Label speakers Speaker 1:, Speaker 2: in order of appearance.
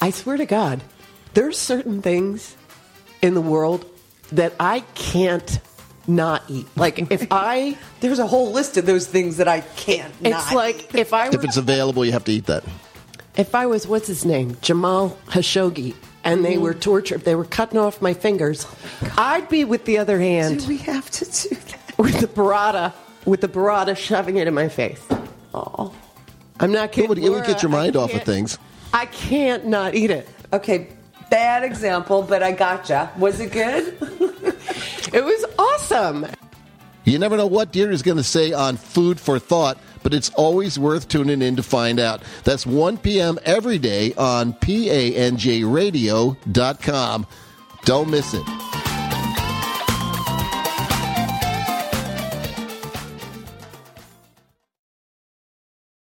Speaker 1: I swear to God, there's certain things in the world that I can't not eat. Like if I,
Speaker 2: There's a whole list of those things that I can't.
Speaker 1: it's
Speaker 2: not
Speaker 1: like if I were
Speaker 3: If it's available, you have to eat that.
Speaker 1: if I was what's his name Jamal Khashoggi and they were tortured, they were cutting off my fingers, I'd be with the other hand
Speaker 2: Do we have to do that?
Speaker 1: with the burrata with the burrata shoving it in my face.
Speaker 2: Oh.
Speaker 1: I'm not kidding.
Speaker 3: would- it would get your
Speaker 1: Laura, I
Speaker 3: mind off of
Speaker 1: can't-
Speaker 3: things.
Speaker 1: I can't not eat it.
Speaker 2: Okay, bad example, but I gotcha. Was it good?
Speaker 1: It was awesome.
Speaker 3: You never know what Deer is going to say on Food for Thought, but it's always worth tuning in to find out. That's 1 p.m. every day on PANJRadio.com. Don't miss it.